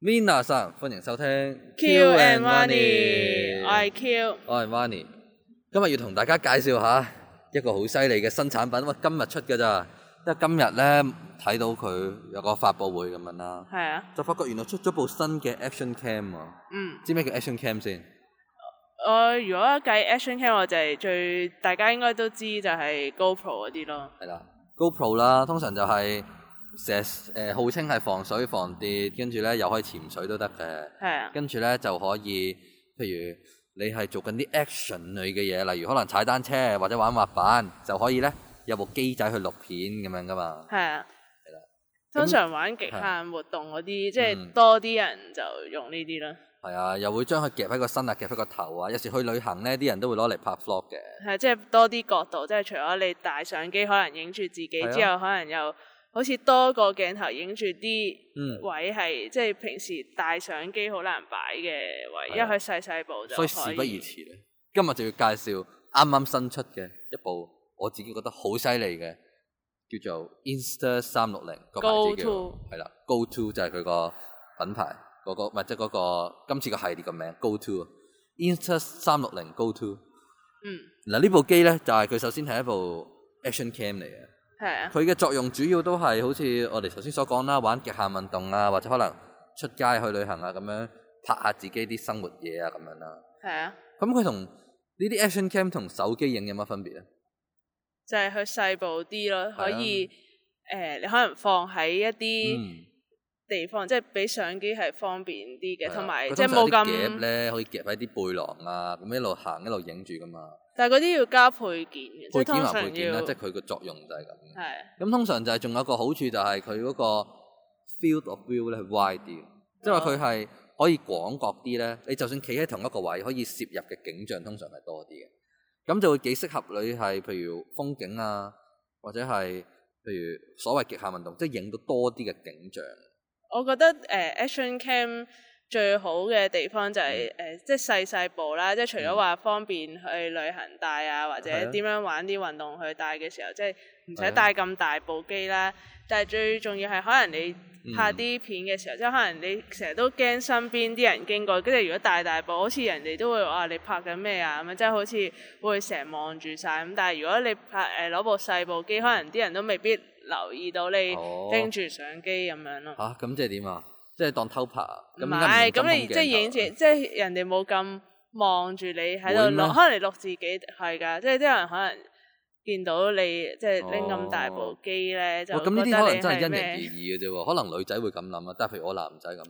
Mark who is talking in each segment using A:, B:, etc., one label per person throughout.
A: Mina 生，歡迎收聽
B: Q and Money，我係 Q，
A: 我係 Money，今日要同大家介紹下一個好犀利嘅新產品，喂，啊今日出㗎咋，因為今日咧睇到佢有個發佈會咁樣啦，
B: 係啊，
A: 就發覺原來出咗部新嘅 Action Cam 啊，
B: 嗯，
A: 知咩叫 Action Cam 先？
B: 我如果計 action cam，我就係最大家應該都知就係 GoPro 嗰啲咯，
A: 係啦，GoPro 啦，通常就係成日誒號稱係防水防跌，跟住咧又可以潛水都得嘅。
B: 係啊，
A: 跟住咧就可以，譬如你係做緊啲 action 類嘅嘢，例如可能踩單車或者玩滑板，就可以咧有部機仔去錄片咁樣噶嘛。
B: 係啊
A: 啦，
B: 通常玩極限活動嗰啲，即
A: 嗯
B: 係多啲人就用呢啲啦，
A: 係啊，又會將佢夾喺個身啊，夾喺個頭啊。有時去旅行咧，啲人都會攞嚟拍 vlog 嘅。
B: 係啊即係多啲角度，即係除咗你大相機可能影住自己
A: 係啊
B: 之後，可能又好似多個鏡頭影住啲
A: 嗯，
B: 位係即係平時大相機好難擺嘅位，
A: 係啊
B: 因為佢細細部就
A: 所以事
B: 可
A: 不宜遲咧，今日就要介紹啱啱新出嘅一部我自己覺得好犀利嘅，叫做 Insta 三六零個牌子叫
B: Go To
A: 係啦，Go To 就係佢個品牌嗰、個，唔係即係嗰個今次個系列個名 Go To 啊，Insta 三六零 Go To
B: 嗯，
A: 嗱呢部機咧就係、佢首先係一部 Action Cam 嚟嘅。
B: 係啊，
A: 佢嘅作用主要都係好似我哋頭先所講啦，玩極限運動啊，或者可能出街去旅行啊咁樣拍下自己啲生活嘢啊咁樣啦。
B: 係啊。
A: 咁佢同呢啲 action cam 同手機影有乜分別啊咧？
B: 就係佢細部啲咯，
A: 啊
B: 可以誒、呃你可能放喺一啲
A: 嗯，
B: 地方，即係比相機係方便啲
A: 係
B: 嘅，
A: 啊
B: 同埋
A: 佢
B: 即係
A: 通常
B: 冇
A: 有啲夾
B: 咁。
A: 咧，可以夾喺啲背囊啊，咁一路行一路影住噶嘛。
B: 但係嗰啲要加配件嘅，即
A: 配件
B: 係啊通
A: 還
B: 常
A: 配件啦
B: 要，
A: 即係佢個作用就係咁。
B: 係
A: 咁通常就係仲有個好處就係佢嗰個 field of view 咧係 wide 啲，即係話佢係可以廣角啲咧。你就算企喺同一個位，可以攝入嘅景象通常係多啲嘅。咁就會幾適合你係譬如風景啊，或者係譬如所謂極限運動，即係影到多啲嘅景象。
B: 我覺得誒、呃 action cam 最好嘅地方就係、誒、
A: 嗯
B: 即係細細部啦，即係除咗話方便去旅行帶啊，或者
A: 係啊
B: 點樣玩啲運動去帶嘅時候，即係唔
A: 係啊
B: 使帶咁大部機啦。但係最重要係可能你拍
A: 嗯
B: 啲片嘅時候，即係可能你成日都驚身邊啲人經過，跟住如果大大部，好似人哋都會話你拍緊咩啊咁樣，即係好似會成日望住晒咁。但係如果你拍誒呃攞、部細部機，可能啲人都未必留意到你
A: 哦
B: 拎住相機咁樣咯。
A: 吓，咁即係點啊？即係當偷拍啊？咁
B: 唔
A: 點解
B: 係，
A: 唔用
B: 咁你
A: 針孔鏡
B: 即係
A: 頭啊
B: 影住，即係人哋冇咁望住你喺
A: 會
B: 度
A: 咩
B: 錄，可能你錄自己係㗎，即係啲人可能見到你即係拎咁大部機咧，就
A: 哦哇！
B: 覺
A: 咁
B: 得
A: 呢
B: 你
A: 啲可能真係
B: 係
A: 因人而
B: 咩？
A: 異嘅啫喎，可能女仔會咁諗啊，但係譬如我男仔咁，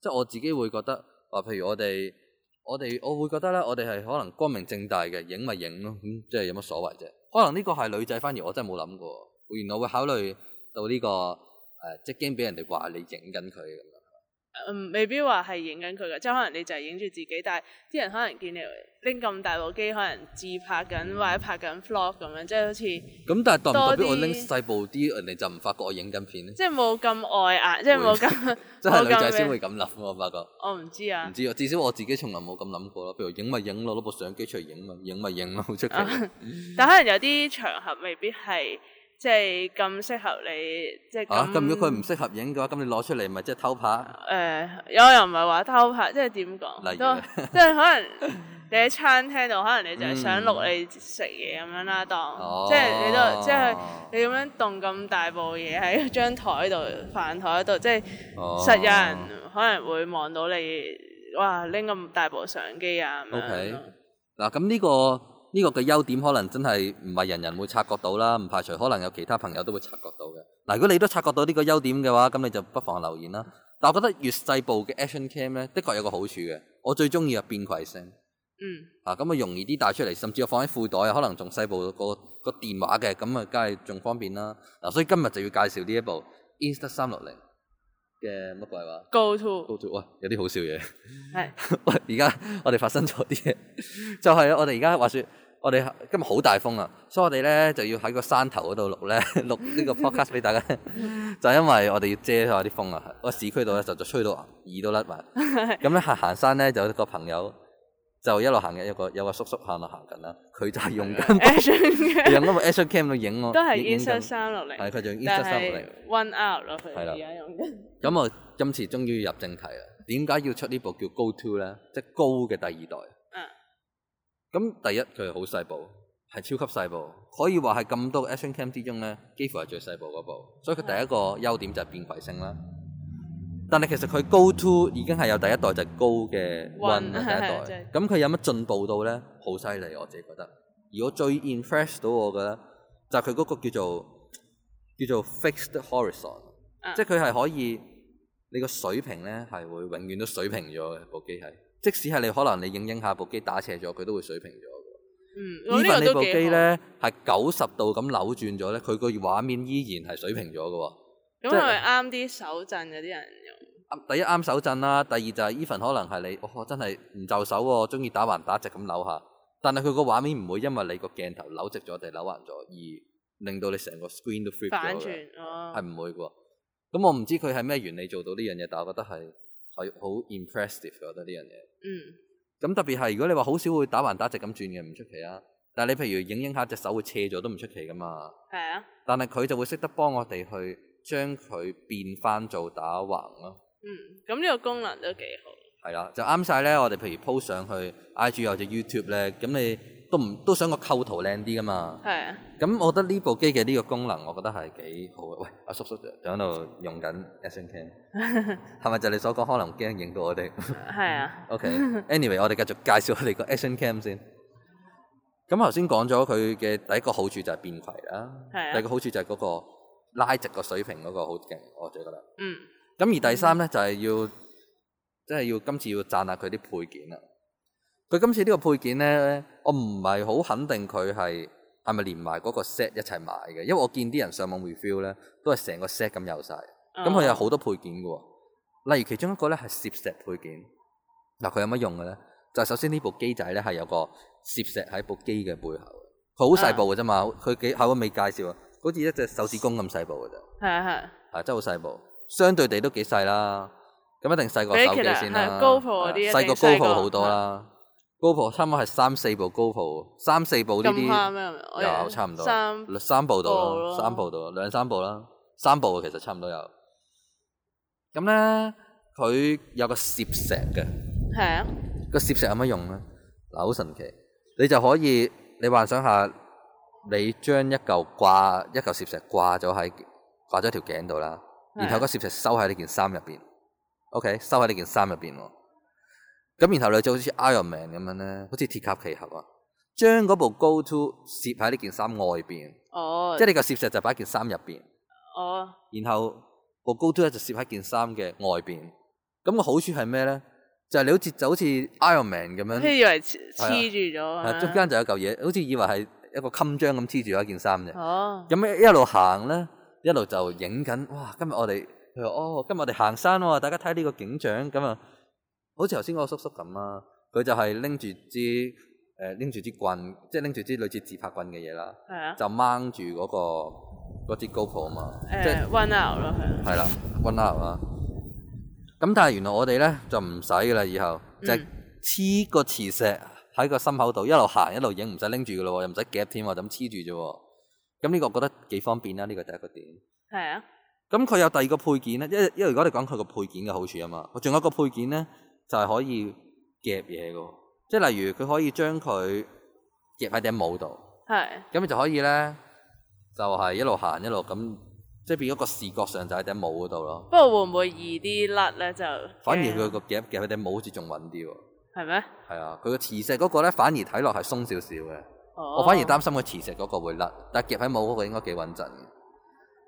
A: 即係我自己會覺得話，譬如我哋我哋我會覺得咧，我哋係可能光明正大嘅影咪影咯，咁、即係有乜所謂啫？可能呢個係女仔，反而我真係冇諗過，原來會考慮到呢、個誒、即係驚俾人哋話你影緊佢咁樣。
B: 嗯，未必話係影緊佢㗎，即係可能你就係影住自己，但係啲人可能見你拎咁大部機，可能自拍
A: 嗯
B: 緊或者拍緊 vlog 咁樣，即係好似即
A: 咁但係代唔代
B: 多
A: 表
B: 啲
A: 我拎細部啲，人哋就唔發覺我影緊片咧？
B: 係冇咁礙眼，即係冇咁
A: 真係女
B: 冇
A: 仔
B: 咁
A: 先
B: 咩
A: 會咁諗喎，我發覺。
B: 我唔知啊
A: 唔。知啊，至少我自己從來冇咁諗過咯。譬如影咪影咯，攞部相機出嚟影咪影咪影咯，好出奇。
B: 啊
A: 嗯
B: 但可能有啲場合未必係即係咁適合你，即係
A: 啊，咁如果佢唔
B: 誒、
A: 適合影嘅話，咁你攞出嚟咪即係偷拍？
B: 啊有又唔係話偷拍，即係點
A: 例
B: 講
A: 如
B: 都
A: 咧
B: 即係可能 你喺餐廳度，可能你就係想錄
A: 嗯
B: 你食嘢咁樣啦，當、
A: 哦
B: 即係你都即係你咁樣動咁大部嘢喺張台度、飯台度，即係
A: 哦
B: 實有人可能會望到你，哇拎咁大部相機啊咁
A: O
B: 樣
A: K
B: 咯。
A: 嗱，咁呢個呢個嘅優點可能真係唔係人人會察覺到啦，唔排除可能有其他朋友都會察覺到嘅。嗱，如果你都察覺到呢個優點嘅話，咁你就不妨留言啦。但我覺得越細部嘅 action cam 咧，的確有個好處嘅，我最中意啊變攜聲。
B: 嗯。
A: 啊，咁啊容易啲帶出嚟，甚至我放喺褲袋啊，可能仲細部個個電話嘅，咁啊梗係仲方便啦。嗱、所以今日就要介紹呢一部 Insta 三六零嘅乜鬼話
B: Go to
A: Go To，喂，有啲好笑嘢。
B: 係
A: 喂，而家我哋發生咗啲嘢， 就係我哋而家話說，我哋今日好大風啊，所以我哋咧就要喺個山頭嗰度錄咧，錄呢 個 podcast 俾大 家聽，就因為我哋要遮下啲風啊。個市區度咧
B: 嗯
A: 就就吹到耳都甩埋。 咁咧行行山咧就有一個朋友就一路行嘅，有個有個叔叔行路行緊啦，佢就係用 緊
B: action 嘅。
A: 用緊部 action cam 度影我，
B: 都係
A: 哦影影
B: Insta
A: 緊
B: 三六零，
A: 係佢仲 Insta
B: 但
A: 三六零
B: 係 One Out 咯，佢
A: 係啦
B: 而家用緊。
A: 咁啊今次終於入正題啦。點解要出呢部叫高 Two 咧？即係高嘅第二代。
B: 嗯，
A: 咁第一佢係好細部，係超級細部，可以話係咁多 action cam 之中咧，幾乎係最細部嗰部。所以佢
B: 嗯
A: 第一個優點就係變軌聲啦。但係其實佢高 Two 已經係有第一代就係高嘅 One 啦，
B: One，
A: 第
B: 係
A: 一
B: 真
A: 代
B: 係。
A: 咁佢有乜進步到咧？好犀利，我自己覺得。而我最 impress 到我嘅咧，就係佢嗰個叫做叫做 fixed horizon，、
B: 嗯
A: 即係佢係可以你個水平咧係會永遠都水平咗嘅部機係，即使係你可能你影影下部機打斜咗，佢都會水平咗嘅。
B: 嗯，我呢
A: even
B: 個
A: 呢
B: 都
A: 部機
B: 幾好。
A: 咧係九十度咁扭轉咗咧，佢個畫面依然係水平咗嘅喎。
B: 咁係咪啱啲手震嗰啲人用？
A: 啱第一啱手震啦，第二就係 even 可能係你，哦真係唔就手喎，中意打橫打直咁扭下，但係佢個畫面唔會因為你個鏡頭扭直咗定扭橫咗而令到你成個 screen 都 flip
B: 反
A: 咗嘅，
B: 轉哦，
A: 係唔會嘅喎。咁我唔知佢係咩原理做到呢樣嘢，但我覺得係係好 impressive，我覺得呢樣嘢。
B: 嗯
A: 咁特別係如果你話好少會打橫打直咁轉嘅，唔出奇啊。但係你譬如影影下隻手會斜咗都唔出奇噶嘛。
B: 係啊，
A: 但係佢就會識得幫我哋去將佢變翻做打橫咯。
B: 嗯，咁呢個功能都幾好。
A: 係啦，就啱晒咧。我哋譬如 po 上去 IG 或者 YouTube 咧，咁你都唔都想個構圖靚啲噶嘛。
B: 係 啊，
A: 咁我覺得呢部機嘅呢個功能，我覺得係幾好嘅。喂，阿叔叔就喺度用緊 Action Cam，係 咪就你所講可能驚影到我哋
B: 係啊，
A: ？OK，anyway，我哋繼續介紹我哋個 Action Cam 先。咁頭先講咗佢嘅第一個好處就係變軌啦，
B: 係啊
A: 第二個好處就係嗰個拉直個水平嗰個好勁，我自己覺得。
B: 嗯，
A: 咁而第三咧就係、要，即係要今次要讚下佢啲配件啦。佢今次呢個配件咧，我唔係好肯定佢係係咪連埋嗰個 set 一齊買嘅，因為我見啲人上網 review 咧，都係成個 set 咁有晒。
B: 哦
A: 咁佢有
B: 啊
A: 好多配件嘅喎，例如其中一個咧係攝石配件。嗱，佢有乜用嘅咧？就係首先呢部機仔咧係有個攝石喺部機嘅背後嘅，佢好細部嘅啫嘛，佢幾後尾未介紹啊，好似一隻手指公咁細部嘅啫。
B: 係啊
A: 啊，真係好細部，相對地都幾細啦。咁一定細過手機先
B: 比
A: 啦，
B: 起高普
A: 啊
B: 嗰啲一定
A: 細過
B: 細
A: 高
B: 過啊
A: 普好多啦。高普差唔多係三四部高普，三四部
B: 係，
A: 呢
B: 咁啱
A: 啲
B: 咩？我
A: 有
B: 有
A: 差唔多
B: 三
A: 兩三部到
B: 部
A: 啦，
B: 咯
A: 三部到兩三部啦，三部其實差唔多有。咁咧，佢有個攝石嘅，
B: 係啊，
A: 個攝石有乜用咧？嗱，好神奇，你就可以你幻想下，你將一嚿掛一嚿攝石掛咗喺掛咗條頸度啦，
B: 係
A: 然後個攝石收喺你件衫入邊，OK，收喺你件衫入邊喎。咁然後你就好似 Iron Man 咁樣咧，好似鐵甲奇俠啊，將嗰部 Go To 攝喺呢件衫外邊，
B: 哦，
A: 即係你個攝石就擺喺件衫入邊，
B: 哦，
A: 然後部 Go To 咧就攝喺件衫嘅外邊。咁、個好處係咩咧？就係、你好似就好似 Iron Man 咁樣
B: 即。係以為黐
A: 係啊
B: 黐住咗啊
A: 係中間就有嚿嘢，好似以為係一個襟章咁黐住咗一件衫啫。
B: 哦，
A: 咁一一路行咧，一路就影緊。哇！今日我哋佢話哦，今日我哋行山喎，大家睇呢個景象咁啊，好似頭先嗰個叔叔咁啦，佢就係拎住支誒拎住支棍，即係拎住支類似自拍棍嘅嘢啦，
B: 係啊，
A: 就掹住嗰個嗰支 GoPro 啊嘛，即係
B: 誒，one hour 咯，係啊，
A: 係啦，one hour 啦。咁但係原來我哋咧就唔使噶啦，以後就係黐個磁石喺個心口度，一路行一路影，唔使拎住噶咯喎，又唔使夾添喎，就咁黐住啫喎。咁呢個我覺得幾方便啦，呢、個第一個點。
B: 係啊，
A: 咁佢有第二個配件咧，因為因為如果你講佢個配件嘅好處啊嘛，仲有一個配件咧就係、可以夾嘢嘅喎，即係例如佢可以將佢夾喺頂帽度。
B: 係，
A: 咁你就可以咧，就係、一路行一路咁，即係變咗個視覺上就喺頂帽嗰度咯。
B: 不過會唔會易啲甩咧？就
A: 反而佢個夾夾喺頂帽好似仲穩啲喎。
B: 係咩？
A: 係啊，佢個磁石嗰個咧反而睇落係鬆少少嘅，
B: 我
A: 我反而擔心個磁石嗰個會甩，但係夾喺帽嗰個應該幾穩陣嘅。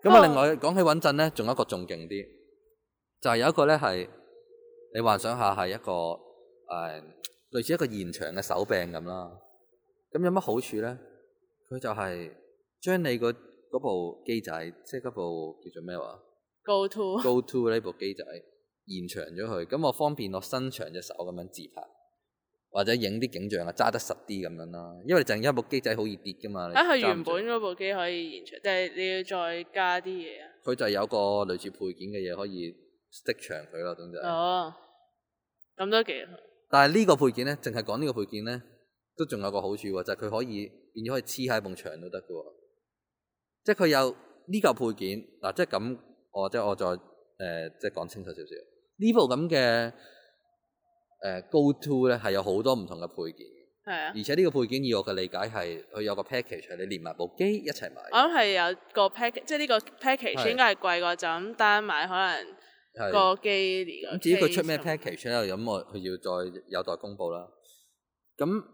A: 咁
B: 哦
A: 啊，另外講起穩陣咧，仲有一個仲勁啲，就係、有一個咧係你幻想下係一個誒、呃、類似一個現場嘅手柄咁啦。咁有乜好處咧？佢就係將你個嗰部機仔，即係嗰部叫做咩話
B: go to
A: Go To 呢部機仔延長咗佢，咁我方便我伸長隻手咁樣自拍，或者影啲景象啊，揸得實啲咁樣啦。因為陣間部機仔好易跌噶嘛。你
B: 啊，佢
A: 揸唔
B: 原
A: 住
B: 本嗰部機可以延長，但係你要再加啲嘢啊。
A: 佢就有個類似配件嘅嘢可以 stick 長佢咯，總之。
B: 哦，咁都幾好。
A: 但係呢個配件咧，淨係講呢個配件咧，都仲有個好處喎，就係、佢可以變咗可以黐喺埲牆都得嘅喎。即係佢有呢嚿配件嗱，即係咁，我即係我再誒即係講清楚少少。呢部咁嘅誒 Go To 咧係有好多唔同嘅配件，
B: 係啊。
A: 而且呢個配件以我嘅理解係佢有個 package，係你連埋部機一齊買，
B: 我諗係有個 pack，即係呢個
A: 係
B: package 應該係貴過就咁單買可能
A: 係
B: 個機連個
A: 咁至於佢出咩
B: case 咁
A: package 咧，咁我佢要再有待公佈啦。咁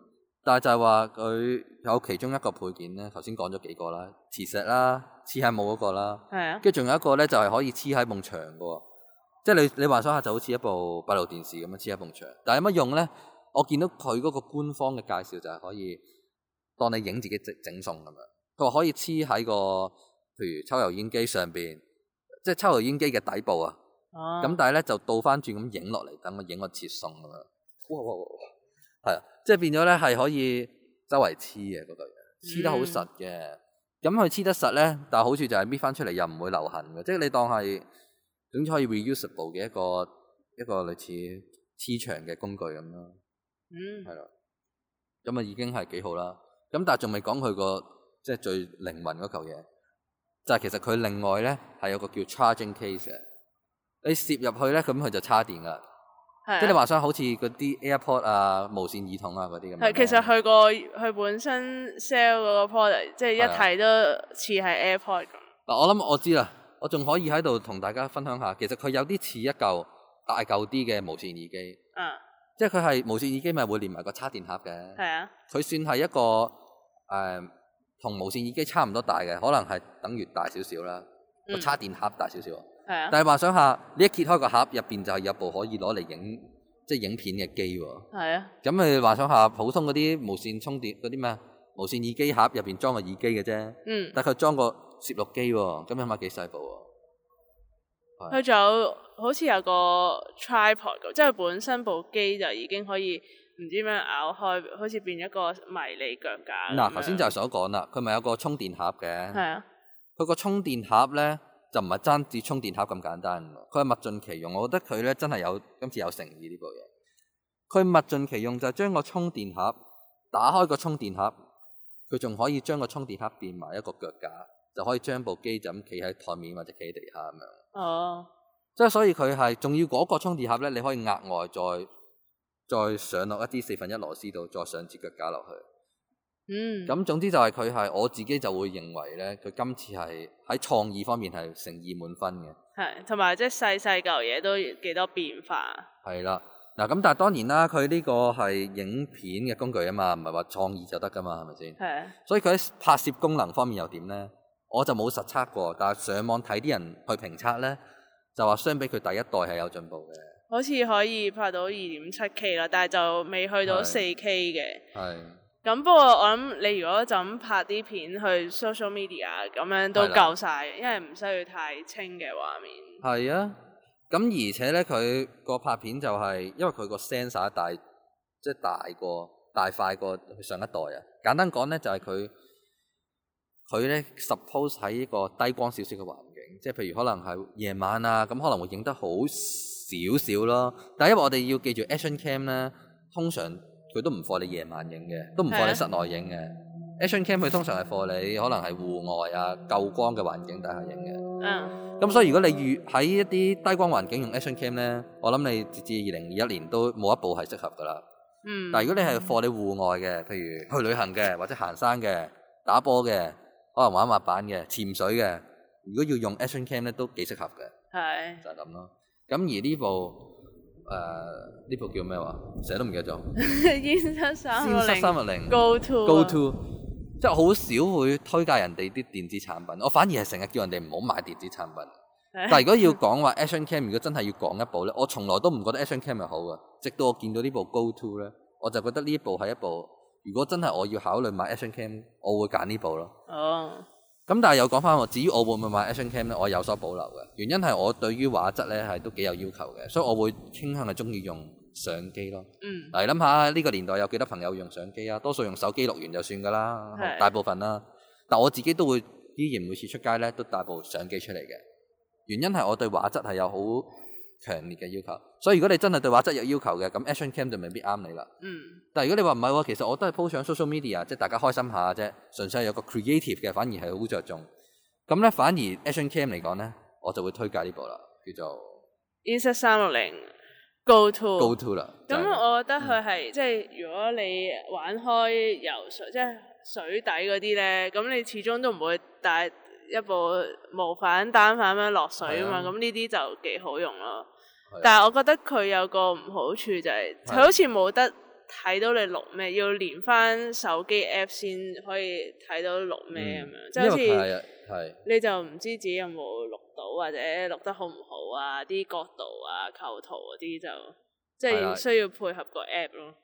A: 但係就係話佢有其中一個配件咧，頭先講咗幾個啦，磁石啦、黐喺帽嗰個啦，
B: 係啊，
A: 跟住仲有一個咧就係可以黐喺埲牆嘅喎。即係你你幻想下就好似一部閉路電視咁樣黐喺埲牆，但係有乜用咧？我見到佢嗰個官方嘅介紹就係可以當你影自己整整餸咁樣，佢話可以黐喺個譬如抽油煙機上邊，即係抽油煙機嘅底部啊。
B: 哦，
A: 咁但係咧就倒翻轉咁影落嚟，等我影個切餸咁樣。哇哇哇哇！係啊，即係變咗咧係可以周圍黐嘅嗰嚿嘢，黐得好實嘅。咁佢黐得實咧，但係好處就係搣翻出嚟又唔會留痕嘅，即係你當係總之可以 reusable 嘅一個一個類似黐牆嘅工具咁咯。
B: 嗯
A: 係啦，咁啊已經係幾好啦。咁但係仲未講佢個即係最靈魂嗰嚿嘢，就係、其實佢另外咧係有個叫 charging case 嘅，你攝入去咧，咁佢就叉電噶啦。
B: 係
A: 即係你
B: 啊。
A: 話想好似嗰啲 AirPod 啊、無線耳筒啊嗰啲咁樣呢。
B: 係，其實佢個佢本身 sell 嗰個 product，即係一
A: 係啊
B: 睇都似係 AirPod 咁。
A: 嗱，我諗我知啦，我仲可以喺度同大家分享下，其實佢有啲似一嚿大嚿啲嘅無線耳機，
B: 嗯，
A: 即係佢係無線耳機咪會連埋個叉電盒嘅。
B: 係啊，
A: 佢算係一個誒、呃同無線耳機差唔多大嘅，可能係等於大少少啦，個
B: 嗯
A: 叉電盒大少少。
B: 係啊，
A: 但係幻想下，你一揭開個盒，入邊就係有部可以攞嚟影即係影片嘅機喎。
B: 係啊，
A: 咁你幻想下，普通嗰啲無線充電嗰啲咩啊無線耳機盒入邊裝個耳機嘅啫，
B: 嗯，
A: 但係佢裝個攝錄機喎，咁起碼幾細部喎。
B: 佢仲有好似有個 tripod 咁，即係本身部機就已經可以唔知點樣咬開，好似變一個迷你腳架咁樣。
A: 嗱，頭先就係所講啦，佢咪有個充電盒嘅。
B: 啊係啊，
A: 佢個充電盒咧就唔係單止充電盒咁簡單喎，佢係物盡其用。我覺得佢咧真係有今次有誠意呢部嘢。佢物盡其用就係將個充電盒打開個充電盒，佢仲可以將個充電盒變埋一個腳架，就可以將部機就咁企喺台面或者企喺地下咁樣。
B: 哦，
A: 即係所以佢係仲要嗰個充電盒咧，你可以額外再再上落一啲四分一螺絲度，再上支腳架落去。
B: 嗯，
A: 咁總之就係佢係我自己就會認為咧，佢今次係喺創意方面係誠意滿分嘅，
B: 係，同埋即係細細嚿嘢都幾多變化。
A: 係啦。嗱咁但係當然啦，佢呢個係影片嘅工具啊嘛，唔係話創意就得噶嘛，係咪先？
B: 係啊，
A: 所以佢喺拍攝功能方面又點咧？我就冇實測過，但係上網睇啲人去評測咧，就話相比佢第一代係有進步嘅，
B: 好似可以拍到二點七 K 啦，但係就未去到
A: 係
B: 四 K 嘅。
A: 係
B: 咁不過我諗你如果就咁拍啲片去 social media 咁樣都
A: 係啦
B: 夠晒，因為唔需要太清嘅畫面。
A: 係啊。咁而且咧，佢個拍片就係、因為佢個 sensor 大，即係大過大快過上一代啊。簡單講咧，就係佢佢咧 suppose 喺一個低光少少嘅環境，即係譬如可能係夜晚啊，咁可能會影得好少少咯。但係因為我哋要記住 action cam 咧，通常佢都唔放你夜晚影嘅，都唔放
B: 係
A: 你
B: 啊
A: 室內影嘅。action cam 佢通常係放你可能係戶外啊、夠光嘅環境底下影嘅。
B: 嗯，
A: 咁所以如果你預喺一啲低光環境用 action cam 咧，我諗你直至二零二一年都冇一部係適合噶啦。
B: 嗯，
A: 但係如果你係放你戶外嘅，譬如去旅行嘅，或者行山嘅、打波嘅，可能玩滑板嘅、潛水嘅，如果要用 action cam 咧，都幾適合嘅，
B: 係
A: 就係咁咯。咁而呢部誒呢、部叫咩話？成日都唔記得咗。
B: 煙七三六
A: 先失
B: 零
A: 三六零
B: Go To 啊
A: Go To，即係好少會推介人哋啲電子產品。我反而係成日叫人哋唔好買電子產品。但係如果要講話 Action Cam，如果真係要講一部咧，我從來都唔覺得 Action Cam 係好嘅，直到我見到呢部 Go To 咧，我就覺得呢一部係一部，如果真係我要考慮買 Action Cam，我會揀呢部咯。
B: 哦，
A: 咁但係又講翻喎，至於我會唔會買 Action Cam 咧，我有所保留嘅。原因係我對於畫質咧係都幾有要求嘅，所以我會傾向係中意用相機咯。
B: 嗯，
A: 嗱，你諗下呢個年代有幾多朋友用相機啊？多數用手機錄完就算㗎啦，
B: 係
A: 大部分啦。但我自己都會依然每次出街咧都帶部相機出嚟嘅，原因係我對畫質係有好強烈嘅要求。所以如果你真係對畫質有要求嘅，咁 Action Cam 就未必啱你啦。
B: 嗯，
A: 但係如果你話唔係喎，其實我都係 po 上 social media，即係大家開心下啫，純粹係有個 creative 嘅，反而係好着重。咁咧，反而 Action Cam 嚟講咧，我就會推介呢部啦。叫做
B: Insta 三六零 Go
A: Go
B: To。
A: To 啦。就
B: 咁
A: 係嗯
B: 我覺得佢係即係如果你玩開游水，即係水底嗰啲咧，咁你始終都唔會帶一部無反單反咁樣落水啊嘛。
A: 係啊
B: 咁呢啲就幾好用咯。
A: 係啊
B: 但係我覺得佢有個唔好處就係、佢好似冇得睇到你錄咩，要連翻手機 app 先可以睇到錄咩咁啊樣，即係
A: 因為
B: 好似
A: 嗯係啊係
B: 你就唔知自己有冇錄到或者錄得好唔好啊，啲角度啊、構圖嗰啲就即
A: 係啊
B: 係需要配合個 app 咯。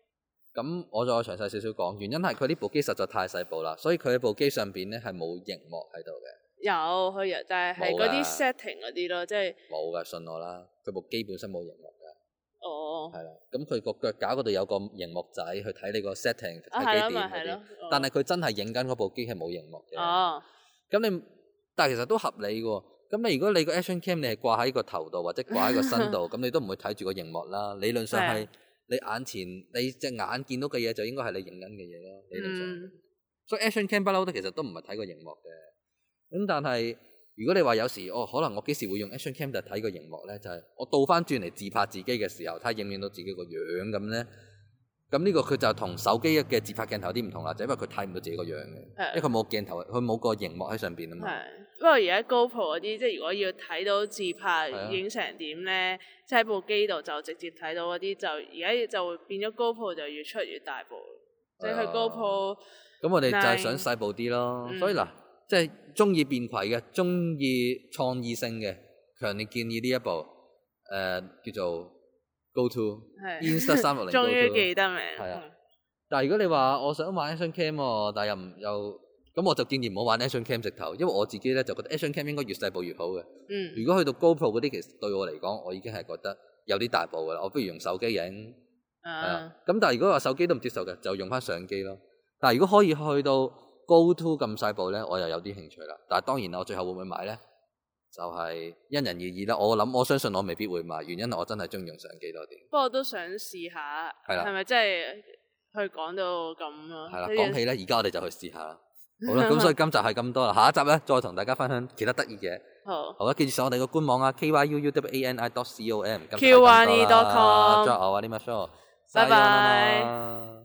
A: 咁我再詳細少少講，原因係佢呢部機實在太細部啦，所以佢部機上邊咧係冇熒幕喺度嘅，
B: 有佢有，但係係
A: 冇
B: 嗰啲
A: 㗎
B: setting 嗰啲咯，即係
A: 冇噶，信我啦，佢部機本身冇熒幕㗎，
B: 哦，
A: 係啦，咁佢個腳架嗰度有個熒幕仔去睇你個 setting 睇
B: 啊係咯，
A: 幾點
B: 咪
A: 嗰
B: 係
A: 啲
B: 咯，，
A: 但係佢真係影緊嗰部機係冇熒幕嘅。
B: 哦，
A: 咁你但係其實都合理嘅喎。咁你如果你個 action cam 你係掛喺個頭度或者掛喺個身 度，咁你都唔會睇住個熒幕啦。理論上
B: 係啊
A: 係你眼前你隻眼見到嘅嘢就應該係你影緊嘅嘢啦。理論上，
B: 嗯
A: 所以 action cam 不嬲都其實都唔係睇個熒幕嘅。咁但係如果你話有時哦，可能我幾時會用 action cam 就係睇個熒幕咧，就係、我倒翻轉嚟自拍自己嘅時候，睇下影唔影到自己個樣咁咧。咁呢個佢就同手機嘅自拍鏡頭有啲唔同啦，就因為佢睇唔到自己個樣嘅，
B: 係嗯
A: 因為佢冇鏡頭，佢冇個熒幕喺上邊啊嘛。
B: 係。不過而家 GoPro 嗰啲，即係如果要睇到自拍
A: 係啊
B: 影成點咧，即係喺部機度就直接睇到嗰啲，就而家就會變咗 GoPro 就越出越大部，即係
A: 係
B: 佢
A: 啊
B: GoPro
A: 咁我哋就係
B: Nine
A: 想細部啲咯，
B: 嗯
A: 所以嗱，即係中意變攜嘅，中意創意性嘅，強烈建議呢一部誒、呃叫做 Go To
B: 係
A: Insta 三 六零 Go
B: 終於記
A: To。
B: 得名。
A: 係啊但係如果你話我想玩 Action Cam 喎，但係又唔又咁，我就建議唔好玩 Action Cam 直頭，因為我自己咧就覺得 Action Cam 應該越細部越好嘅。
B: 嗯，
A: 如果去到 GoPro 嗰啲，其實對我嚟講，我已經係覺得有啲大部㗎啦，我不如用手機影。係啊
B: 啊，，
A: 咁但係如果話手機都唔接受嘅，就用翻相機咯。但係如果可以去到 Go To 咁細部咧，我又有啲興趣啦。但係當然啦，我最後會唔會買咧？就係、因人而異啦。我諗我相信我未必會買，原因係我真係中意用相機多啲。
B: 不過都想試下，
A: 係啦
B: 係咪真係佢講到咁啊？
A: 係啦，
B: 呢樣
A: 講起咧，而家我哋就去試下啦。好啦，咁所以今集係咁多啦，下一集咧再同大家分享其他得意嘢。
B: 好，
A: 好啦，記住上我哋個官網啊，kyuuwani dot com。
B: kyuuwani.com
A: 再我話呢 m a
B: 拜拜